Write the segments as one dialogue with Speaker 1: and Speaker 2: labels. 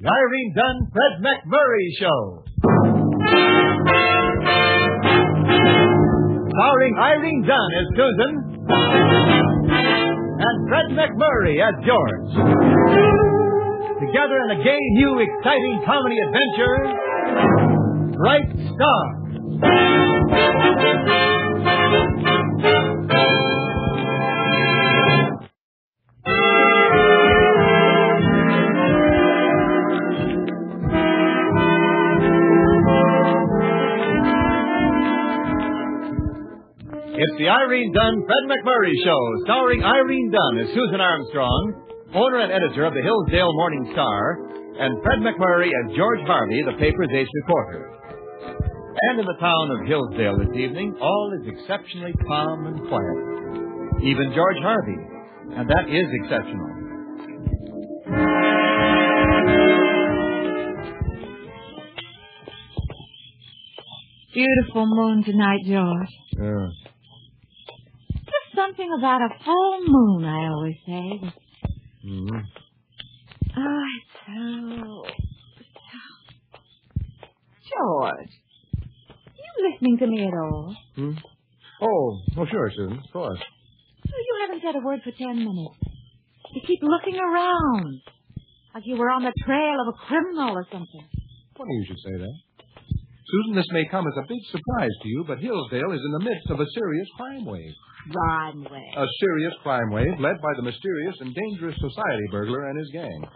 Speaker 1: The Irene Dunn Fred McMurray Show. Starring Irene Dunn as Susan and Fred McMurray as George. Together in a gay new exciting comedy adventure, Bright Star. It's the Irene Dunn Fred McMurray Show, starring Irene Dunn as Susan Armstrong, owner and editor of the Hillsdale Morning Star, and Fred McMurray as George Harvey, the paper's ace reporter. And in the town of Hillsdale this evening, all is exceptionally calm and quiet. Even George Harvey. And that is exceptional.
Speaker 2: Beautiful moon tonight, George. Just something about a full moon, I always say.
Speaker 1: Mm-hmm.
Speaker 2: Oh, it's so. so- George, are you listening to me at all?
Speaker 1: Hmm. Oh, oh, sure, Susan, of course.
Speaker 2: Oh, You haven't said a word for ten minutes. You keep looking around like you were on the trail of a criminal or something.
Speaker 3: Funny you should say that. Susan, this may come as a big surprise to you, but Hillsdale is in the midst of a serious crime wave.
Speaker 2: Rodway.
Speaker 3: A serious crime wave led by the mysterious and dangerous society burglar and his gang.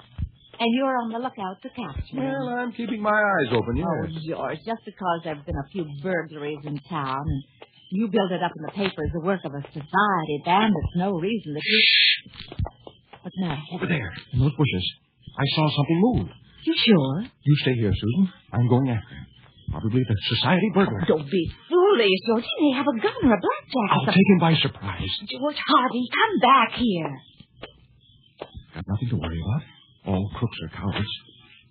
Speaker 2: And you're on the lookout to catch me.
Speaker 3: Well, I'm keeping my eyes open,
Speaker 2: Oh,
Speaker 3: yes.
Speaker 2: George, just because there have been a few burglaries in town and you build it up in the paper as the work of a society band, it's no reason that you. What's the matter?
Speaker 3: Over there, in those bushes. I saw something move.
Speaker 2: You sure?
Speaker 3: You stay here, Susan. I'm going after him. Probably the society burglar.
Speaker 2: Don't be foolish, George. He may have a gun or a blackjack or
Speaker 3: I'll
Speaker 2: something.
Speaker 3: take him by surprise.
Speaker 2: George Harvey, come back here.
Speaker 3: Got nothing to worry about. All crooks are cowards.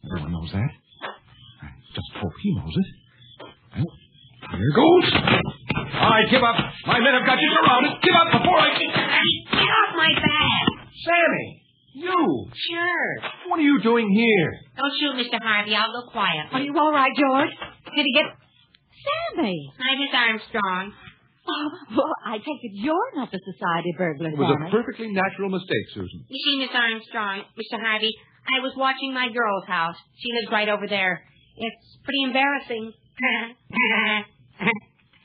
Speaker 3: Everyone knows that. I just hope he knows it. Well, here goes. All right, give up. My men have got you surrounded. Give up before I can.
Speaker 2: Get off my back.
Speaker 3: Sammy, you.
Speaker 4: Sure.
Speaker 3: What are you doing here?
Speaker 4: Don't shoot, Mr. Harvey. I'll go quietly.
Speaker 2: Are you all right, George?
Speaker 4: Did he get
Speaker 2: Sammy.
Speaker 4: I'm Miss Armstrong?
Speaker 2: Oh, well, I take it you're not the society burglar,
Speaker 3: It was
Speaker 2: Sammy.
Speaker 3: a perfectly natural mistake, Susan.
Speaker 4: You see, Miss Armstrong, Mr. Harvey, I was watching my girl's house. She lives right over there. It's pretty embarrassing.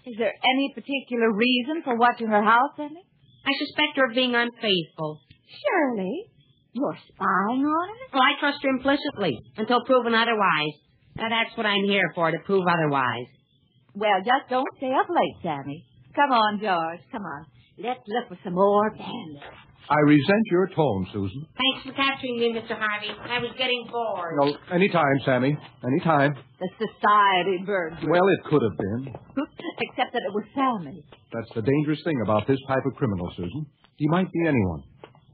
Speaker 2: Is there any particular reason for watching her house, Sammy?
Speaker 4: I suspect her of being unfaithful.
Speaker 2: Surely. You're spying on her?
Speaker 4: Well, I trust her implicitly until proven otherwise. Now, that's what I'm here for, to prove otherwise.
Speaker 2: Well, just don't stay up late, Sammy. Come on, George. Come on. Let's look for some more bandits.
Speaker 3: I resent your tone, Susan.
Speaker 4: Thanks for capturing me, Mr. Harvey. I was getting bored.
Speaker 3: No, any time, Sammy. Any time.
Speaker 2: The society burglar.
Speaker 3: Well, it could have been.
Speaker 2: Except that it was Sammy.
Speaker 3: That's the dangerous thing about this type of criminal, Susan. He might be anyone.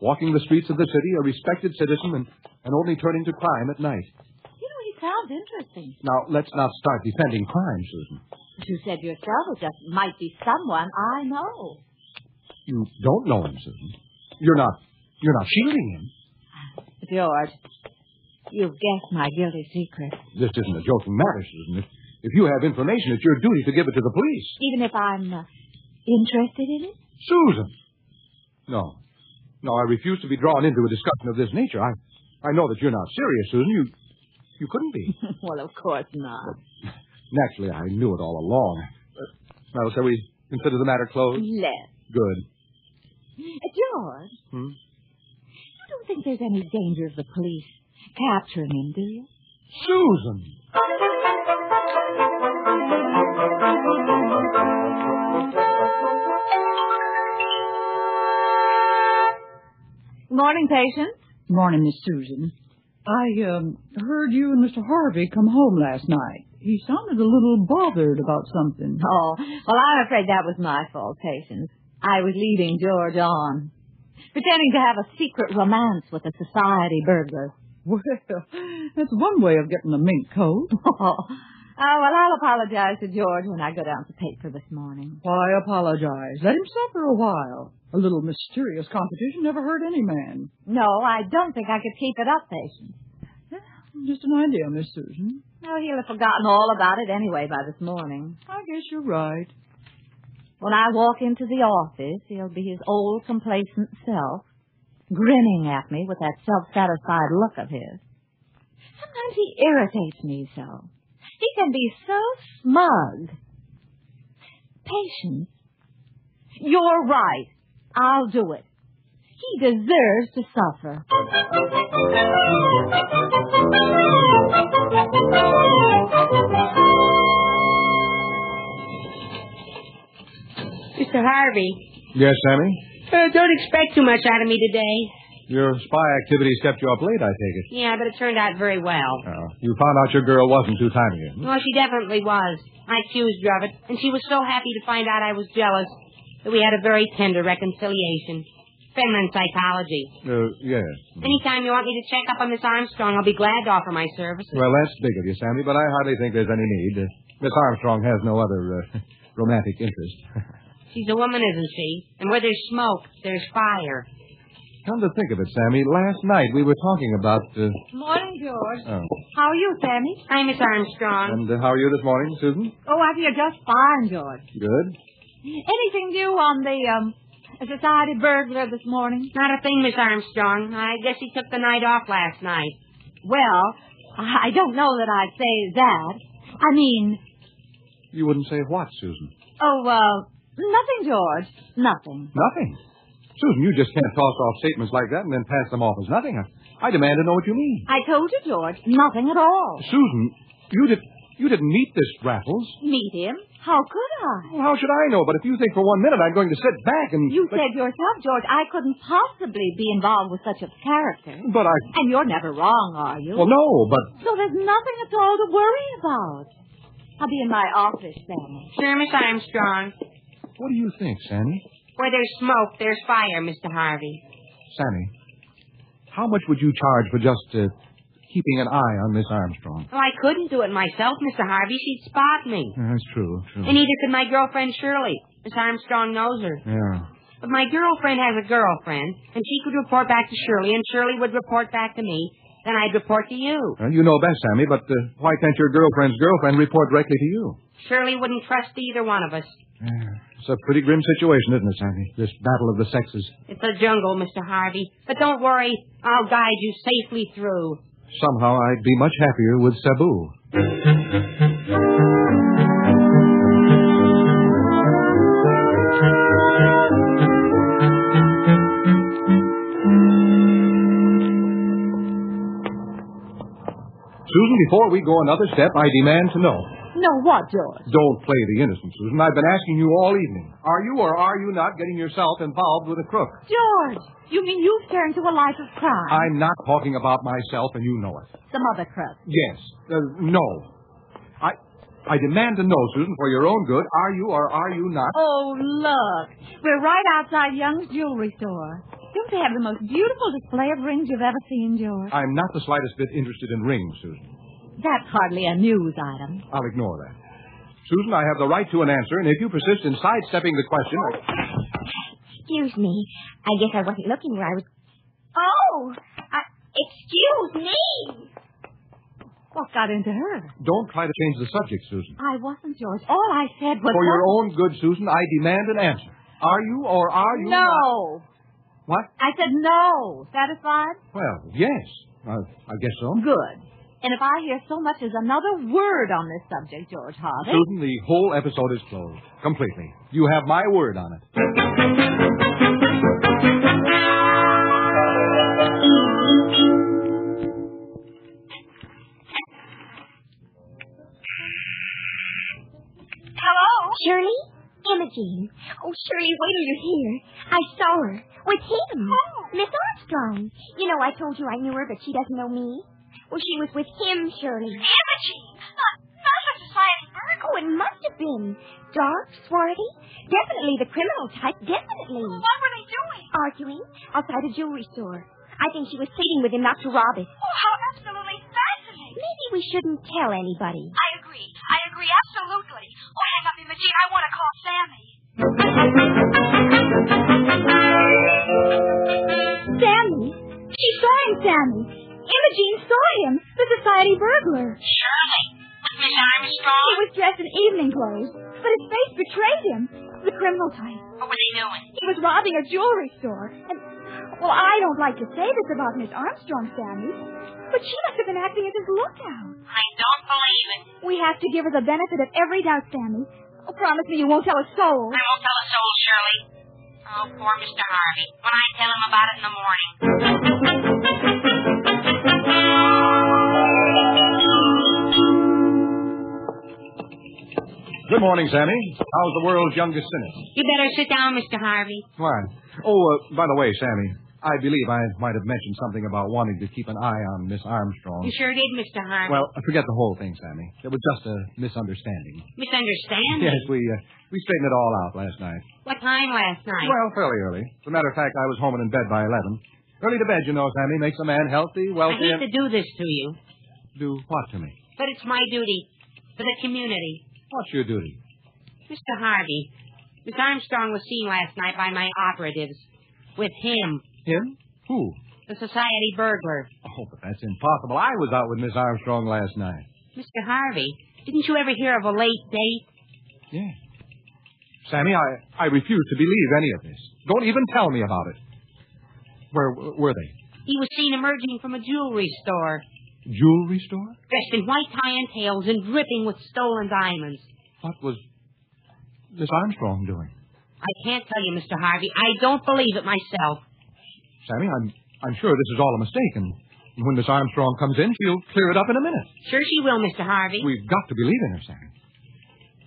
Speaker 3: Walking the streets of the city, a respected citizen, and, and only turning to crime at night.
Speaker 2: You know, he sounds interesting.
Speaker 3: Now, let's not start defending crime, Susan.
Speaker 2: But you said yourself it just might be someone I know.
Speaker 3: You don't know him, Susan. You're not. You're not shielding him.
Speaker 2: George, you've guessed my guilty secret.
Speaker 3: This isn't a joking matter, Susan. If, if you have information, it's your duty to give it to the police.
Speaker 2: Even if I'm uh, interested in it?
Speaker 3: Susan. No. No, I refuse to be drawn into a discussion of this nature. I, I know that you're not serious, Susan. You, you couldn't be.
Speaker 2: well, of course not.
Speaker 3: Naturally, I knew it all along. Uh, well, shall we consider the matter closed?
Speaker 2: Let's.
Speaker 3: Good.
Speaker 2: George.
Speaker 3: Hmm?
Speaker 2: You don't think there's any danger of the police capturing him, do you?
Speaker 3: Susan!
Speaker 2: Morning, patient.
Speaker 5: Morning, Miss Susan. I um, heard you and Mr. Harvey come home last night. He sounded a little bothered about something.
Speaker 2: Oh, well, I'm afraid that was my fault, Patience. I was leading George on, pretending to have a secret romance with a society burglar.
Speaker 5: Well, that's one way of getting a mink coat.
Speaker 2: Oh, well, I'll apologize to George when I go down to paper this morning.
Speaker 5: Why apologize? Let him suffer a while. A little mysterious competition never hurt any man.
Speaker 2: No, I don't think I could keep it up, Patience.
Speaker 5: Just an idea, Miss Susan.
Speaker 2: Oh, he'll have forgotten all about it anyway by this morning.
Speaker 5: I guess you're right.
Speaker 2: When I walk into the office, he'll be his old complacent self, grinning at me with that self-satisfied look of his. Sometimes he irritates me so. He can be so smug. Patience. You're right. I'll do it. He deserves to suffer.
Speaker 4: Mr. Harvey,
Speaker 3: Yes, Sammy?
Speaker 4: uh, don't expect too much out of me today.
Speaker 3: Your spy activities kept you up late, I take it.
Speaker 4: Yeah, but it turned out very well.
Speaker 3: Oh. You found out your girl wasn't too timing you.
Speaker 4: Well, she definitely was. I accused her of it, and she was so happy to find out I was jealous that we had a very tender reconciliation. Feminine psychology.
Speaker 3: Uh, yes.
Speaker 4: Anytime you want me to check up on Miss Armstrong, I'll be glad to offer my services.
Speaker 3: Well, that's big of you, Sammy, but I hardly think there's any need. Uh, Miss Armstrong has no other uh, romantic interest.
Speaker 4: She's a woman, isn't she? And where there's smoke, there's fire.
Speaker 3: Come to think of it, Sammy, last night we were talking about. Uh,
Speaker 2: Morning, George.
Speaker 3: oh.
Speaker 2: How are you, Sammy?
Speaker 4: Hi, Miss
Speaker 3: And
Speaker 4: Armstrong.
Speaker 3: uh, how are you this morning, Susan?
Speaker 2: Oh, I feel just fine, George.
Speaker 3: Good.
Speaker 2: Anything new on the um, society burglar this morning?
Speaker 4: Not a thing, Miss Armstrong. I guess he took the night off last night.
Speaker 2: Well, I I don't know that I'd say that. I mean,
Speaker 3: You wouldn't say what, Susan?
Speaker 2: oh, uh, nothing, George. Nothing.
Speaker 3: Nothing. Susan, you just can't toss off statements like that and then pass them off as nothing. I, I demand to know what you mean.
Speaker 2: I told you, George, nothing at all.
Speaker 3: Susan, you did. You didn't meet this Raffles.
Speaker 2: Meet him? How could I?
Speaker 3: Well, how should I know? But if you think for one minute I'm going to sit back and
Speaker 2: You
Speaker 3: but,
Speaker 2: said yourself, George, I couldn't possibly be involved with such a character.
Speaker 3: but I
Speaker 2: And you're never wrong, are you?
Speaker 3: well no, but
Speaker 2: so there's nothing at all to worry about. I'll be in my office, Sammy.
Speaker 4: Sure, Miss Armstrong.
Speaker 3: what do you think, Sammy?
Speaker 4: Where there's smoke, there's fire, Mr. Harvey.
Speaker 3: Sammy, how much would you charge for just uh, keeping an eye on Miss Armstrong?
Speaker 4: Well, I couldn't do it myself, Mr. Harvey. She'd spot me.
Speaker 3: Yeah, that's true. True.
Speaker 4: And neither could my girlfriend Shirley. Miss Armstrong knows her.
Speaker 3: yeah.
Speaker 4: But my girlfriend has a girlfriend, and she could report back to Shirley, and Shirley would report back to me. Then I'd report to you.
Speaker 3: Well, you know best, Sammy, but uh, why can't your girlfriend's girlfriend report directly to you?
Speaker 4: Shirley wouldn't trust either one of us.
Speaker 3: It's a pretty grim situation, isn't it, Sammy? This battle of the sexes.
Speaker 4: It's a jungle, Mr. Harvey. But don't worry, I'll guide you safely through.
Speaker 3: Somehow I'd be much happier with Sabu. Susan, before we go another step, I demand to know.
Speaker 2: No, what, George?
Speaker 3: Don't play the innocent, Susan. I've been asking you all evening. Are you or are you not getting yourself involved with a crook?
Speaker 2: George, you mean you've turned to a life of crime?
Speaker 3: I'm not talking about myself, and you know it.
Speaker 2: Some other crook.
Speaker 3: Yes. Uh, no. I I demand to know, Susan, for your own good, are you or are you not?
Speaker 2: Oh, look. We're right outside Young's jewelry store. Don't they have the most beautiful display of rings you've ever seen, George?
Speaker 3: I'm not the slightest bit interested in rings, Susan.
Speaker 2: That's hardly a news item.
Speaker 3: I'll ignore that. Susan, I have the right to an answer, and if you persist in sidestepping the question, I-
Speaker 6: Excuse me. I guess I wasn't looking where I was. Oh! Uh, excuse me!
Speaker 2: What got into her?
Speaker 3: don't try to change the subject, Susan.
Speaker 2: I wasn't, George. All I said was.
Speaker 3: For your own good, Susan, I demand an answer. Are you or are you not?
Speaker 2: No.
Speaker 3: What?
Speaker 2: I said no. Satisfied?
Speaker 3: Well, yes. I, I guess so.
Speaker 2: Good. And if I hear so much as another word on this subject, George Harvey.
Speaker 3: Susan, the whole episode is closed. Completely. You have my word on it.
Speaker 6: Hello? Shirley? Imogene. Oh, Shirley, wait till you hear. I saw her. With him. Miss Armstrong. You know, I told you I knew her, but she doesn't know me. Well, she was with him, Shirley. Imogene! Not, not a silent bird. Oh, it must have been. Dark, swarthy. Definitely the criminal type, definitely. What were they doing? Arguing outside a jewelry store. I think she was pleading with him not to rob it. Oh, how absolutely fascinating. Maybe we shouldn't tell anybody. I agree. I agree absolutely. Oh, hang up, Imogene. I want to call Sammy. Sammy! She saw him, Sammy. Imogene saw him. There's society burglar.
Speaker 4: Surely. With Miss Armstrong?
Speaker 6: He was dressed in evening clothes, but his face betrayed him. The criminal type.
Speaker 4: What were they doing?
Speaker 6: He was robbing a jewelry store. And, well, I don't like to say this about Miss Armstrong, Sammy, but she must have been acting as his lookout.
Speaker 4: I don't believe it.
Speaker 6: We have to give her the benefit of every doubt, Sammy. Oh, promise me you won't tell a soul.
Speaker 4: I won't tell a soul, Shirley. Oh, poor Mr. Harvey. When I tell him about it in the morning.
Speaker 1: Good morning, Sammy. How's the world's youngest cynic?
Speaker 4: You better sit down, Mr. Harvey.
Speaker 3: Why? Oh, uh, by the way, Sammy, I believe I might have mentioned something about wanting to keep an eye on Miss Armstrong.
Speaker 4: You sure did, Mr. Harvey.
Speaker 3: Well, forget the whole thing, Sammy. It was just a misunderstanding.
Speaker 4: Misunderstanding.
Speaker 3: Yes, we uh, we straightened it all out last night.
Speaker 4: What time last night?
Speaker 3: Well, fairly early. As a matter of fact, I was home and in bed by eleven. Early to bed, you know, Sammy, makes a man healthy,
Speaker 4: I
Speaker 3: wealthy, and
Speaker 4: hate to do this to you,
Speaker 3: do what to me?
Speaker 4: but it's my duty for the community.
Speaker 3: What's your duty?
Speaker 4: Mr. Harvey, Miss Armstrong was seen last night by my operatives with him,
Speaker 3: Him? Who?
Speaker 4: the society burglar.
Speaker 3: Oh, but that's impossible. I was out with Miss Armstrong last night.
Speaker 4: Mr. Harvey, didn't you ever hear of a late date?
Speaker 3: Yeah. Sammy, I, I refuse to believe any of this. Don't even tell me about it. Where were they?
Speaker 4: He was seen emerging from a jewelry store,
Speaker 3: Jewelry store?
Speaker 4: dressed in white tie and tails and dripping with stolen diamonds.
Speaker 3: What was Miss Armstrong doing?
Speaker 4: I can't tell you, Mr. Harvey. I don't believe it myself.
Speaker 3: Sammy, I'm I'm sure this is all a mistake, and when Miss Armstrong comes in, she'll clear it up in a minute.
Speaker 4: Sure she will, Mr. Harvey.
Speaker 3: We've got to believe in her, Sammy.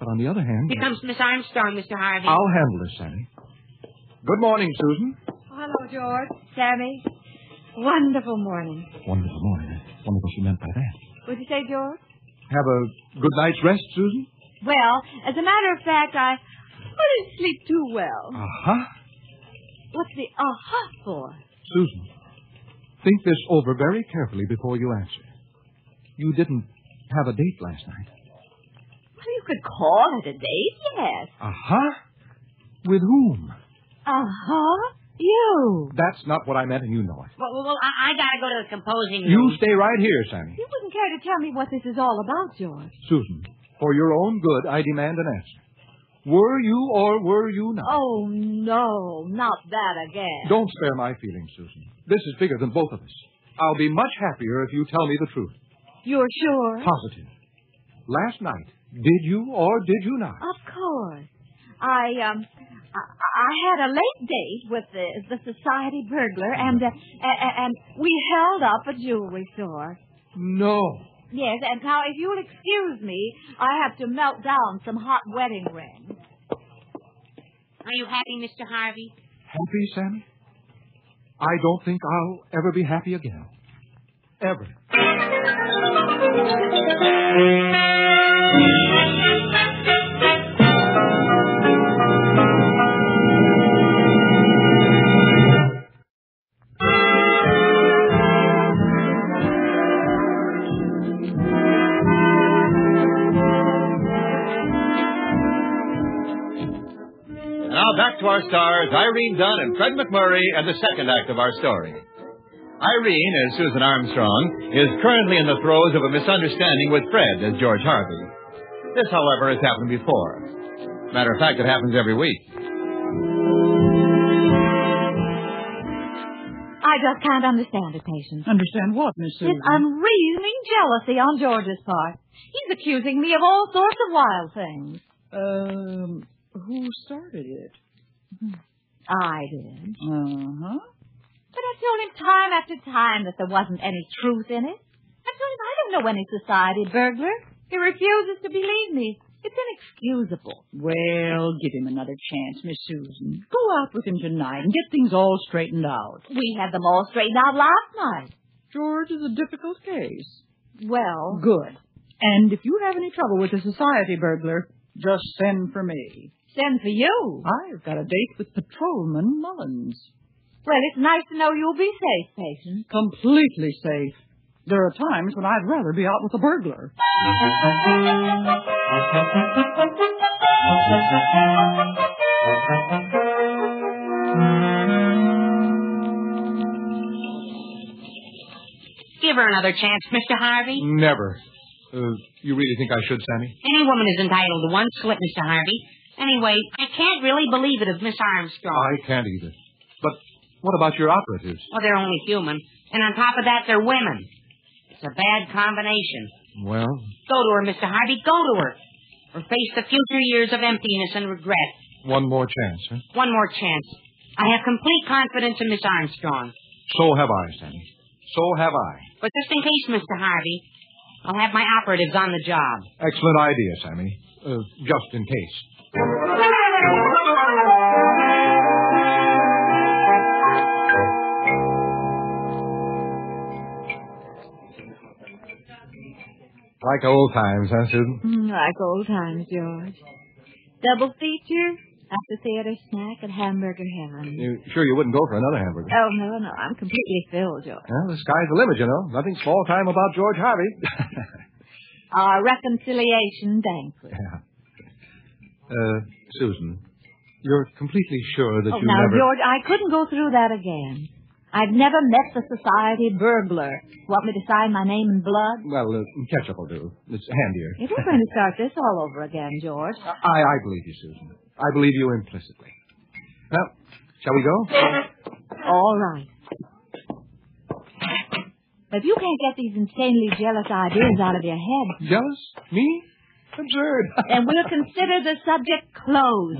Speaker 3: But on the other hand,
Speaker 4: Here comes Miss Armstrong, Mr. Harvey.
Speaker 3: I'll handle this, Sammy. Good morning, Susan.
Speaker 2: Hello, George. Sammy. Wonderful morning.
Speaker 3: Wonderful morning. Wonderful she meant by that.
Speaker 2: Would you say, George?
Speaker 3: Have a good night's rest, Susan.
Speaker 2: Well, as a matter of fact, I, I didn't sleep too well.
Speaker 3: Uh huh.
Speaker 2: What's the aha for?
Speaker 3: Susan, think this over very carefully before you answer. You didn't have a date last night.
Speaker 2: Well, you could call it a date, yes.
Speaker 3: Uh huh. With whom?
Speaker 2: Uh-huh. You.
Speaker 3: That's not what I meant, and you know it.
Speaker 4: Well, well, well, I, I gotta go to the composing
Speaker 3: You
Speaker 4: room.
Speaker 3: stay right here, Sammy.
Speaker 2: You wouldn't care to tell me what this is all about, George.
Speaker 3: Susan, for your own good, I demand an answer. Were you or were you not?
Speaker 2: Oh, no, not that again.
Speaker 3: Don't spare my feelings, Susan. This is bigger than both of us. I'll be much happier if you tell me the truth.
Speaker 2: You're sure?
Speaker 3: Positive. Last night, did you or did you not?
Speaker 2: Of course. I, um, I, I had a late date with the, the society burglar, and, uh, and, and we held up a jewelry store.
Speaker 3: No.
Speaker 2: Yes, and now if you'll excuse me, I have to melt down some hot wedding rings.
Speaker 4: Are you happy, Mr. Harvey?
Speaker 3: Happy, Sammy? I don't think I'll ever be happy again. Ever.
Speaker 1: Now back to our stars, Irene Dunn and Fred McMurray, and the second act of our story. Irene, as Susan Armstrong, is currently in the throes of a misunderstanding with Fred as George Harvey. This, however, has happened before. Matter of fact, it happens every week.
Speaker 2: I just can't understand it, Patience.
Speaker 5: Understand what, Miss
Speaker 2: This
Speaker 5: Susan?
Speaker 2: unreasoning jealousy on George's part. He's accusing me of all sorts of wild things.
Speaker 5: Um, who started it?
Speaker 2: I did.
Speaker 5: Uh-huh.
Speaker 2: But I told him time after time that there wasn't any truth in it. I told him I don't know any society burglar. He refuses to believe me. It's inexcusable.
Speaker 5: Well, give him another chance, Miss Susan. Go out with him tonight and get things all straightened out.
Speaker 2: We had them all straightened out last night.
Speaker 5: George is a difficult case.
Speaker 2: Well,
Speaker 5: Good. And if you have any trouble with the society burglar, just send for me.
Speaker 2: send for you.
Speaker 5: I've got a date with Patrolman Mullins.
Speaker 2: Well, it's nice to know you'll be safe, Patience.
Speaker 5: Completely safe. There are times when I'd rather be out with a burglar.
Speaker 4: Give Give her another chance, Mr. Harvey.
Speaker 3: Never. Uh, you really think I should, Sammy?
Speaker 4: Any woman is entitled to one slip, Mr. Harvey. Anyway, I can't really believe it of Miss Armstrong.
Speaker 3: I can't either. But what about your operatives?
Speaker 4: Well, they're only human. And on top of that, they're women. It's a bad combination.
Speaker 3: Well,
Speaker 4: Go to her, Mr. Harvey. Go to her. Or face the future years of emptiness and regret.
Speaker 3: one more chance, huh?
Speaker 4: One more chance. I have complete confidence in Miss Armstrong.
Speaker 3: So have I, Sammy. So have I.
Speaker 4: But just in case, Mr. Harvey, I'll have my operatives on the job.
Speaker 3: Excellent idea, Sammy. Uh, just in case. Like old times, huh, Susan?
Speaker 2: Mm, like old times, George. Double feature after theater snack at Hamburger Heaven.
Speaker 3: You, sure you wouldn't go for another hamburger?
Speaker 2: Oh, no, no. I'm completely filled, George.
Speaker 3: Well, the sky's the limit, you know. Nothing small time about George Harvey.
Speaker 2: Our Ah, reconciliation banquet.
Speaker 3: uh, Susan, you're completely sure that
Speaker 2: Oh,
Speaker 3: you
Speaker 2: now,
Speaker 3: never...
Speaker 2: George, I couldn't go through that again. I've never met the society burglar. Want me to sign my name in blood?
Speaker 3: Well, uh, ketchup will do. It's handier.
Speaker 2: If we're going to start this all over again, George.
Speaker 3: I, I believe you, Susan. I believe you implicitly. Well, shall we go?
Speaker 2: All right. If you can't get these insanely jealous ideas out of your head,
Speaker 3: Jealous? Me? Absurd.
Speaker 2: then we'll consider the subject closed.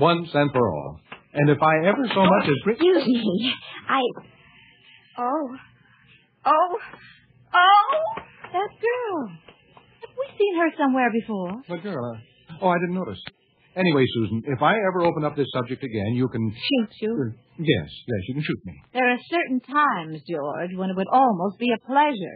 Speaker 3: Once and for all. And if I ever so much as... Re-
Speaker 6: Excuse me. I. Oh. Oh. Oh.
Speaker 2: That girl. Have we seen her somewhere before?
Speaker 3: but, girl, uh, oh, I didn't notice. Anyway, Susan, if I ever open up this subject again, you can...
Speaker 2: Shoot you.
Speaker 3: Yes, yes, you can shoot me.
Speaker 2: There are certain times, George, when it would almost be a pleasure.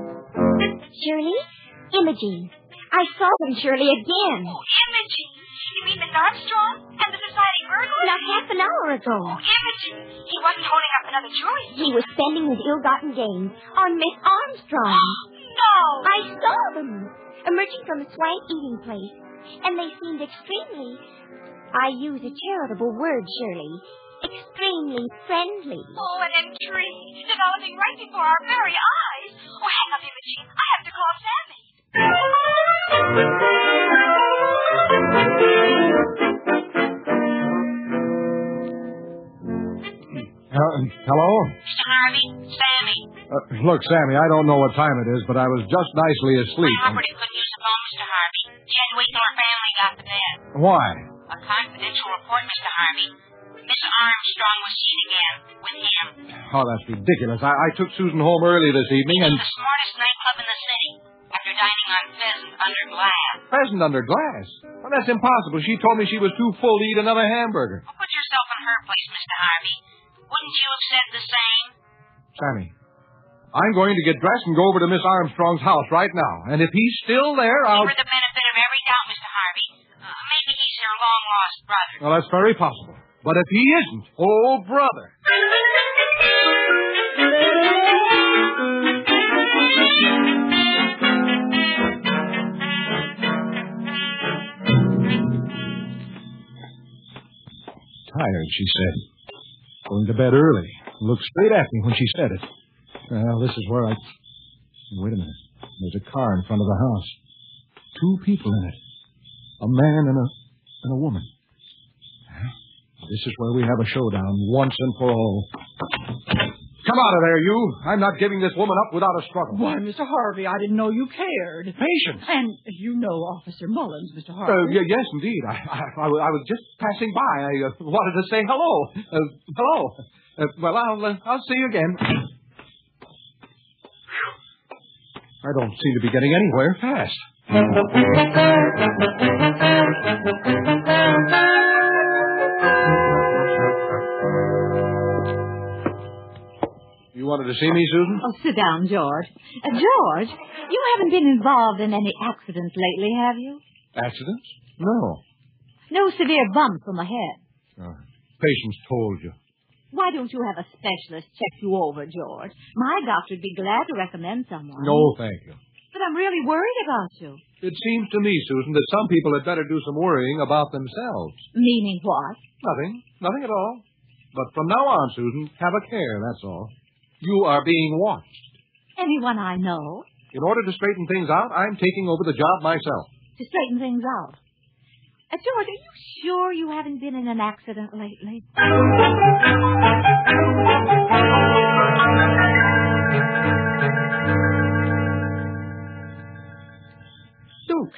Speaker 6: Shirley? Imogene. I saw them, Shirley, again.
Speaker 7: Oh, Imogene. You mean Miss Armstrong and the society burglar?
Speaker 6: Not half an hour ago.
Speaker 7: Oh, Imogene. He wasn't holding up another jury.
Speaker 6: He was spending his ill-gotten gains on Miss Armstrong.
Speaker 7: No.
Speaker 6: I saw them emerging from a swank eating place, and they seemed extremely. I use a charitable word, Shirley. Extremely friendly.
Speaker 7: Oh, and them trees developing right before our very eyes. Oh, hang up, Imogene. I have to call Sammy.
Speaker 3: hello?
Speaker 4: Mr. Harvey, Sammy,
Speaker 3: Uh, look, Sammy, I don't know what time it is, but I was just nicely
Speaker 4: my
Speaker 3: asleep.
Speaker 4: operative couldn't use the phone, Mr. Harvey. She had to wait till her family got to bed.
Speaker 3: Why?
Speaker 4: A confidential report, Mr. Harvey. Miss Armstrong was seen again with him.
Speaker 3: Oh, that's ridiculous. I, I took Susan home early this evening
Speaker 4: He's
Speaker 3: and...
Speaker 4: the smartest nightclub in the city. After dining on pheasant under glass.
Speaker 3: Present under glass? Well, that's impossible. She told me she was too full to eat another hamburger.
Speaker 4: Well, put yourself in her place, Mr. Harvey. Wouldn't you have said the same?
Speaker 3: Sammy, I'm going to get dressed and go over to Miss Armstrong's house right now. And if he's still there, I'll.
Speaker 4: Give her the benefit of every doubt, Mr. Harvey. Uh, maybe he's your long lost brother.
Speaker 3: Well, that's very possible. But if he isn't, oh, brother. Tired, she said. Going to bed early. Looked straight at me when she said it. Well, this is where I. Wait a minute. There's a car in front of the house. Two people in it. A man and a and a woman. This is where we have a showdown once and for all. Come out of there, you! I'm not giving this woman up without a struggle.
Speaker 5: Why, Mr. Harvey, I didn't know you cared.
Speaker 3: Patience!
Speaker 5: And you know Officer Mullins, Mr.
Speaker 3: Uh,
Speaker 5: Harvey.
Speaker 3: y- yes, indeed. I, I, I was- I was just passing by. I uh, wanted to say hello. Uh, hello. Uh, well, I'll, uh, I'll see you again. I don't seem to be getting anywhere fast. You wanted to see me, Susan?
Speaker 2: Oh, sit down, George. Uh, George, you haven't been involved in any accidents lately, have you?
Speaker 3: Accidents? No.
Speaker 2: No severe bumps on the head.
Speaker 3: Uh, patients told you.
Speaker 2: Why don't you have a specialist check you over, George? My doctor would be glad to recommend someone.
Speaker 3: No, thank you.
Speaker 2: But I'm really worried about you.
Speaker 3: It seems to me, Susan, that some people had better do some worrying about themselves.
Speaker 2: Meaning what?
Speaker 3: Nothing. Nothing at all. But from now on, Susan, have a care, that's all. You are being watched.
Speaker 2: Anyone I know
Speaker 3: In order to straighten things out, I'm taking over the job myself.
Speaker 2: to straighten things out. Uh, George, are you sure you haven't been in an accident lately?
Speaker 5: Duke.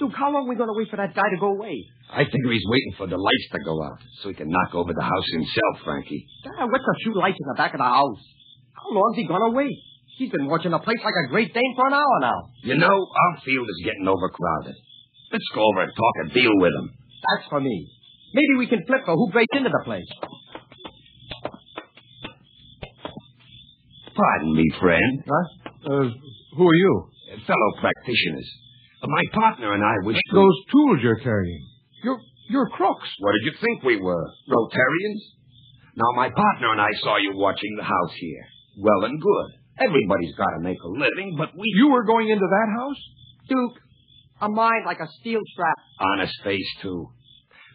Speaker 5: Duke, how long are we going to wait for that guy to go away?
Speaker 8: I figure he's waiting for the lights to go out so he can knock over the house himself, Frankie.
Speaker 5: Ah, what's a few lights in the back of the house? How long's he going to wait? He's been watching the place like a Great Dane for an hour now.
Speaker 8: You know, our field is getting overcrowded. Let's go over and talk a deal with him.
Speaker 5: That's for me. Maybe we can flip for who breaks into the place.
Speaker 8: Pardon me, friend.
Speaker 3: Huh? Uh, who are you?
Speaker 8: Fellow practitioners. My partner and I wish to...
Speaker 3: Those tools you're carrying. You're, you're crooks.
Speaker 8: What did you think we were? Rotarians? Now, my partner and I saw you watching the house here. Well and good. Everybody's got to make a living, but we...
Speaker 3: You were going into that house?
Speaker 5: Duke, a mind like a steel trap.
Speaker 8: On a space, too.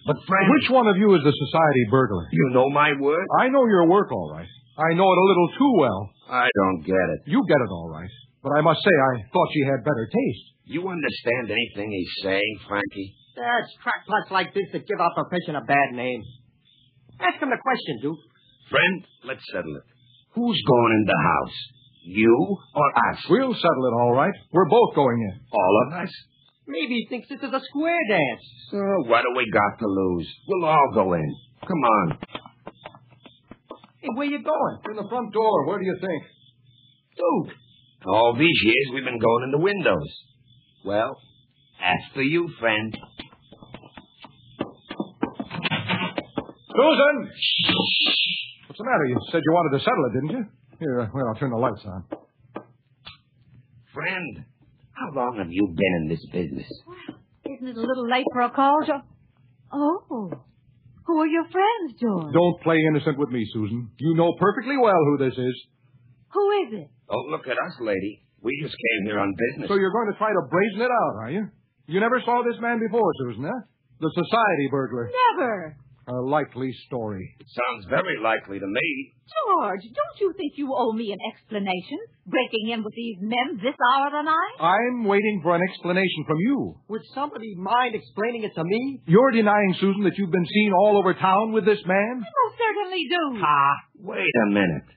Speaker 8: But, friend...
Speaker 3: Which one of you is the society burglar?
Speaker 8: You know my word?
Speaker 3: I know your work all right. I know it a little too well.
Speaker 8: I don't get it.
Speaker 3: You get it all right. But I must say, I thought she had better taste.
Speaker 8: You understand anything he's saying, Frankie?
Speaker 5: There's crackpots like this that give our profession a bad name. Ask him the question, Duke.
Speaker 8: Friend, let's settle it. Who's going in the house? You or us?
Speaker 3: We'll settle it all right. We're both going in.
Speaker 8: All of us?
Speaker 5: Maybe he thinks this is a square dance.
Speaker 8: So what do we got to lose? We'll all go in. Come on.
Speaker 5: Hey, where you going?
Speaker 3: In the front door, where do you think?
Speaker 5: Duke,
Speaker 8: All these years we've been going in the windows. Well, after you, friend.
Speaker 3: Susan! What's the matter? You said you wanted to settle it, didn't you? Here, well, I'll turn the lights on.
Speaker 8: Friend, how long have you been in this business?
Speaker 2: Isn't it a little late for a call, George? Oh. Who are your friends, George?
Speaker 3: Don't play innocent with me, Susan. You know perfectly well who this is.
Speaker 2: Who is it?
Speaker 8: Don't Oh, look at us, lady. We just came here on business.
Speaker 3: So you're going to try to brazen it out, are you? You never saw this man before, Susan, huh? The society burglar.
Speaker 2: Never.
Speaker 3: A likely story.
Speaker 8: Sounds very likely to me.
Speaker 2: George, don't you think you owe me an explanation? Breaking in with these men this hour of the night?
Speaker 3: I'm waiting for an explanation from you.
Speaker 5: would somebody mind explaining it to me?
Speaker 3: You're denying, Susan, that you've been seen all over town with this man?
Speaker 2: I most Oh, certainly do.
Speaker 8: Ah, wait a minute.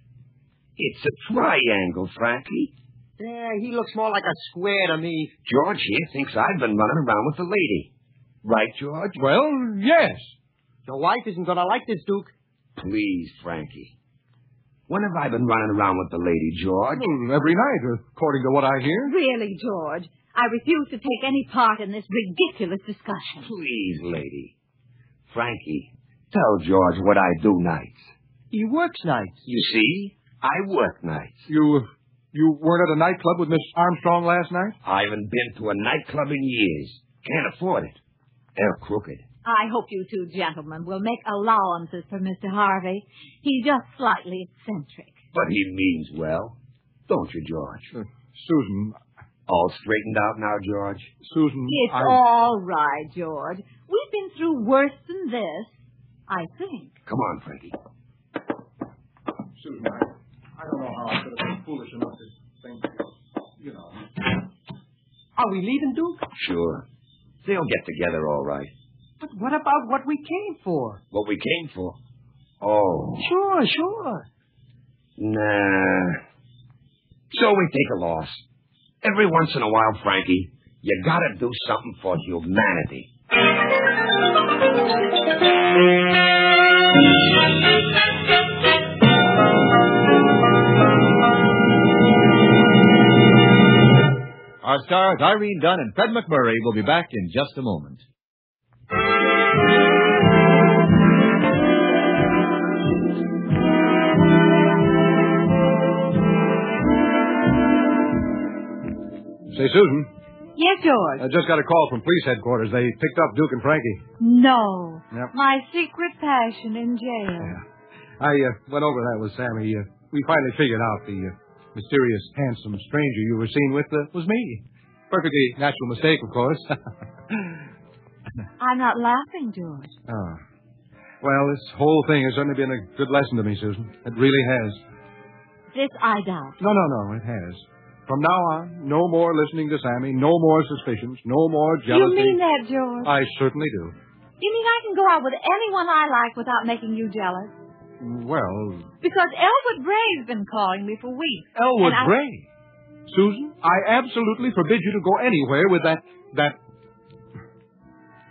Speaker 8: It's a triangle, Frankie.
Speaker 5: Yeah, he looks more like a square to me.
Speaker 8: George here thinks I've been running around with the lady. Right, George?
Speaker 3: Well, yes.
Speaker 5: Your wife isn't going to like this, Duke.
Speaker 8: Please, Frankie. When have I been running around with the lady, George?
Speaker 3: Well, Every night, according to what I hear.
Speaker 2: Really, George, I refuse to take any part in this ridiculous discussion.
Speaker 8: Please, lady. Frankie, tell George what I do nights.
Speaker 5: He works nights.
Speaker 8: You see, I work nights.
Speaker 3: You you weren't at a nightclub with Miss Armstrong last night?
Speaker 8: I haven't been to a nightclub in years. Can't afford it. They're crooked.
Speaker 2: I hope you two gentlemen will make allowances for Mr. Harvey. He's just slightly eccentric.
Speaker 8: But he means well. Don't you, George?
Speaker 3: Uh, Susan,
Speaker 8: All straightened out now, George?
Speaker 3: Susan,
Speaker 2: It's
Speaker 3: Mm-hmm. I...
Speaker 2: all right, George. We've been through worse than this, I think.
Speaker 8: Come on, Frankie.
Speaker 3: Susan, I, I don't know how I could have been foolish enough to think, you know.
Speaker 5: Are we leaving, Duke?
Speaker 8: Sure. They'll get together all right.
Speaker 5: But what about what we came for?
Speaker 8: What we came for. Oh,
Speaker 5: Sure, sure.
Speaker 8: nah. So we take a loss. Every once in a while, Frankie, you gotta do something for humanity.
Speaker 6: Our stars Irene Dunn and Fred McMurray will be back in just a moment.
Speaker 3: Say, Susan,
Speaker 2: Yes, George.
Speaker 3: I just got a call from police headquarters. They picked up Duke and Frankie.
Speaker 2: no.
Speaker 3: Yep.
Speaker 2: My secret passion in jail.
Speaker 3: I uh, went over that with Sammy. Uh, we finally figured out the uh, mysterious, handsome stranger you were seen with uh, was me. Perfectly natural mistake, of course.
Speaker 2: I'm not laughing, George.
Speaker 3: ah. Well, this whole thing has certainly been a good lesson to me, Susan. It really has.
Speaker 2: This I doubt.
Speaker 3: No, no, no, it has. From now on, no more listening to Sammy, no more suspicions, no more jealousy.
Speaker 2: You mean that, George?
Speaker 3: I certainly do.
Speaker 2: You mean I can go out with anyone I like without making you jealous?
Speaker 3: Well,
Speaker 2: Because Elwood Bray's been calling me for weeks.
Speaker 3: Elwood
Speaker 2: and I-
Speaker 3: Gray. Susan, I absolutely forbid you to go anywhere with that, that...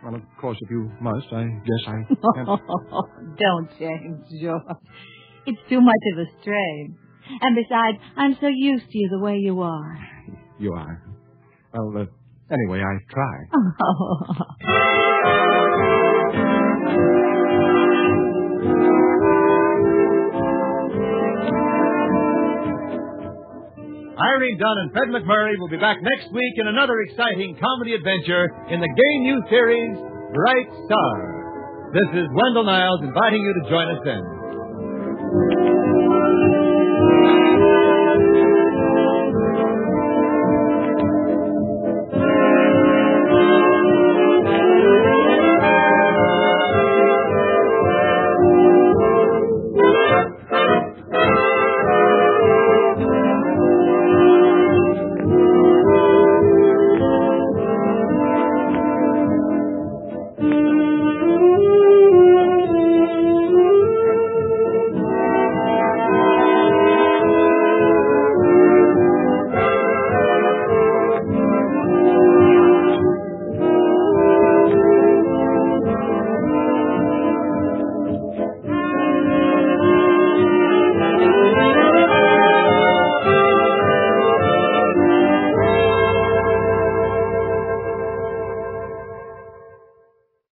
Speaker 3: Well, of course, if you must, I guess I can't...
Speaker 2: Oh, don't change, George. It's too much of a strain. And besides, I'm so used to you the way you are.
Speaker 3: you are. Well, uh, anyway, I try.
Speaker 9: Irene Dunn and Fred McMurray will be back next week in another exciting comedy adventure in the gay new series, Bright Star. This is Wendell Niles inviting you to join us then.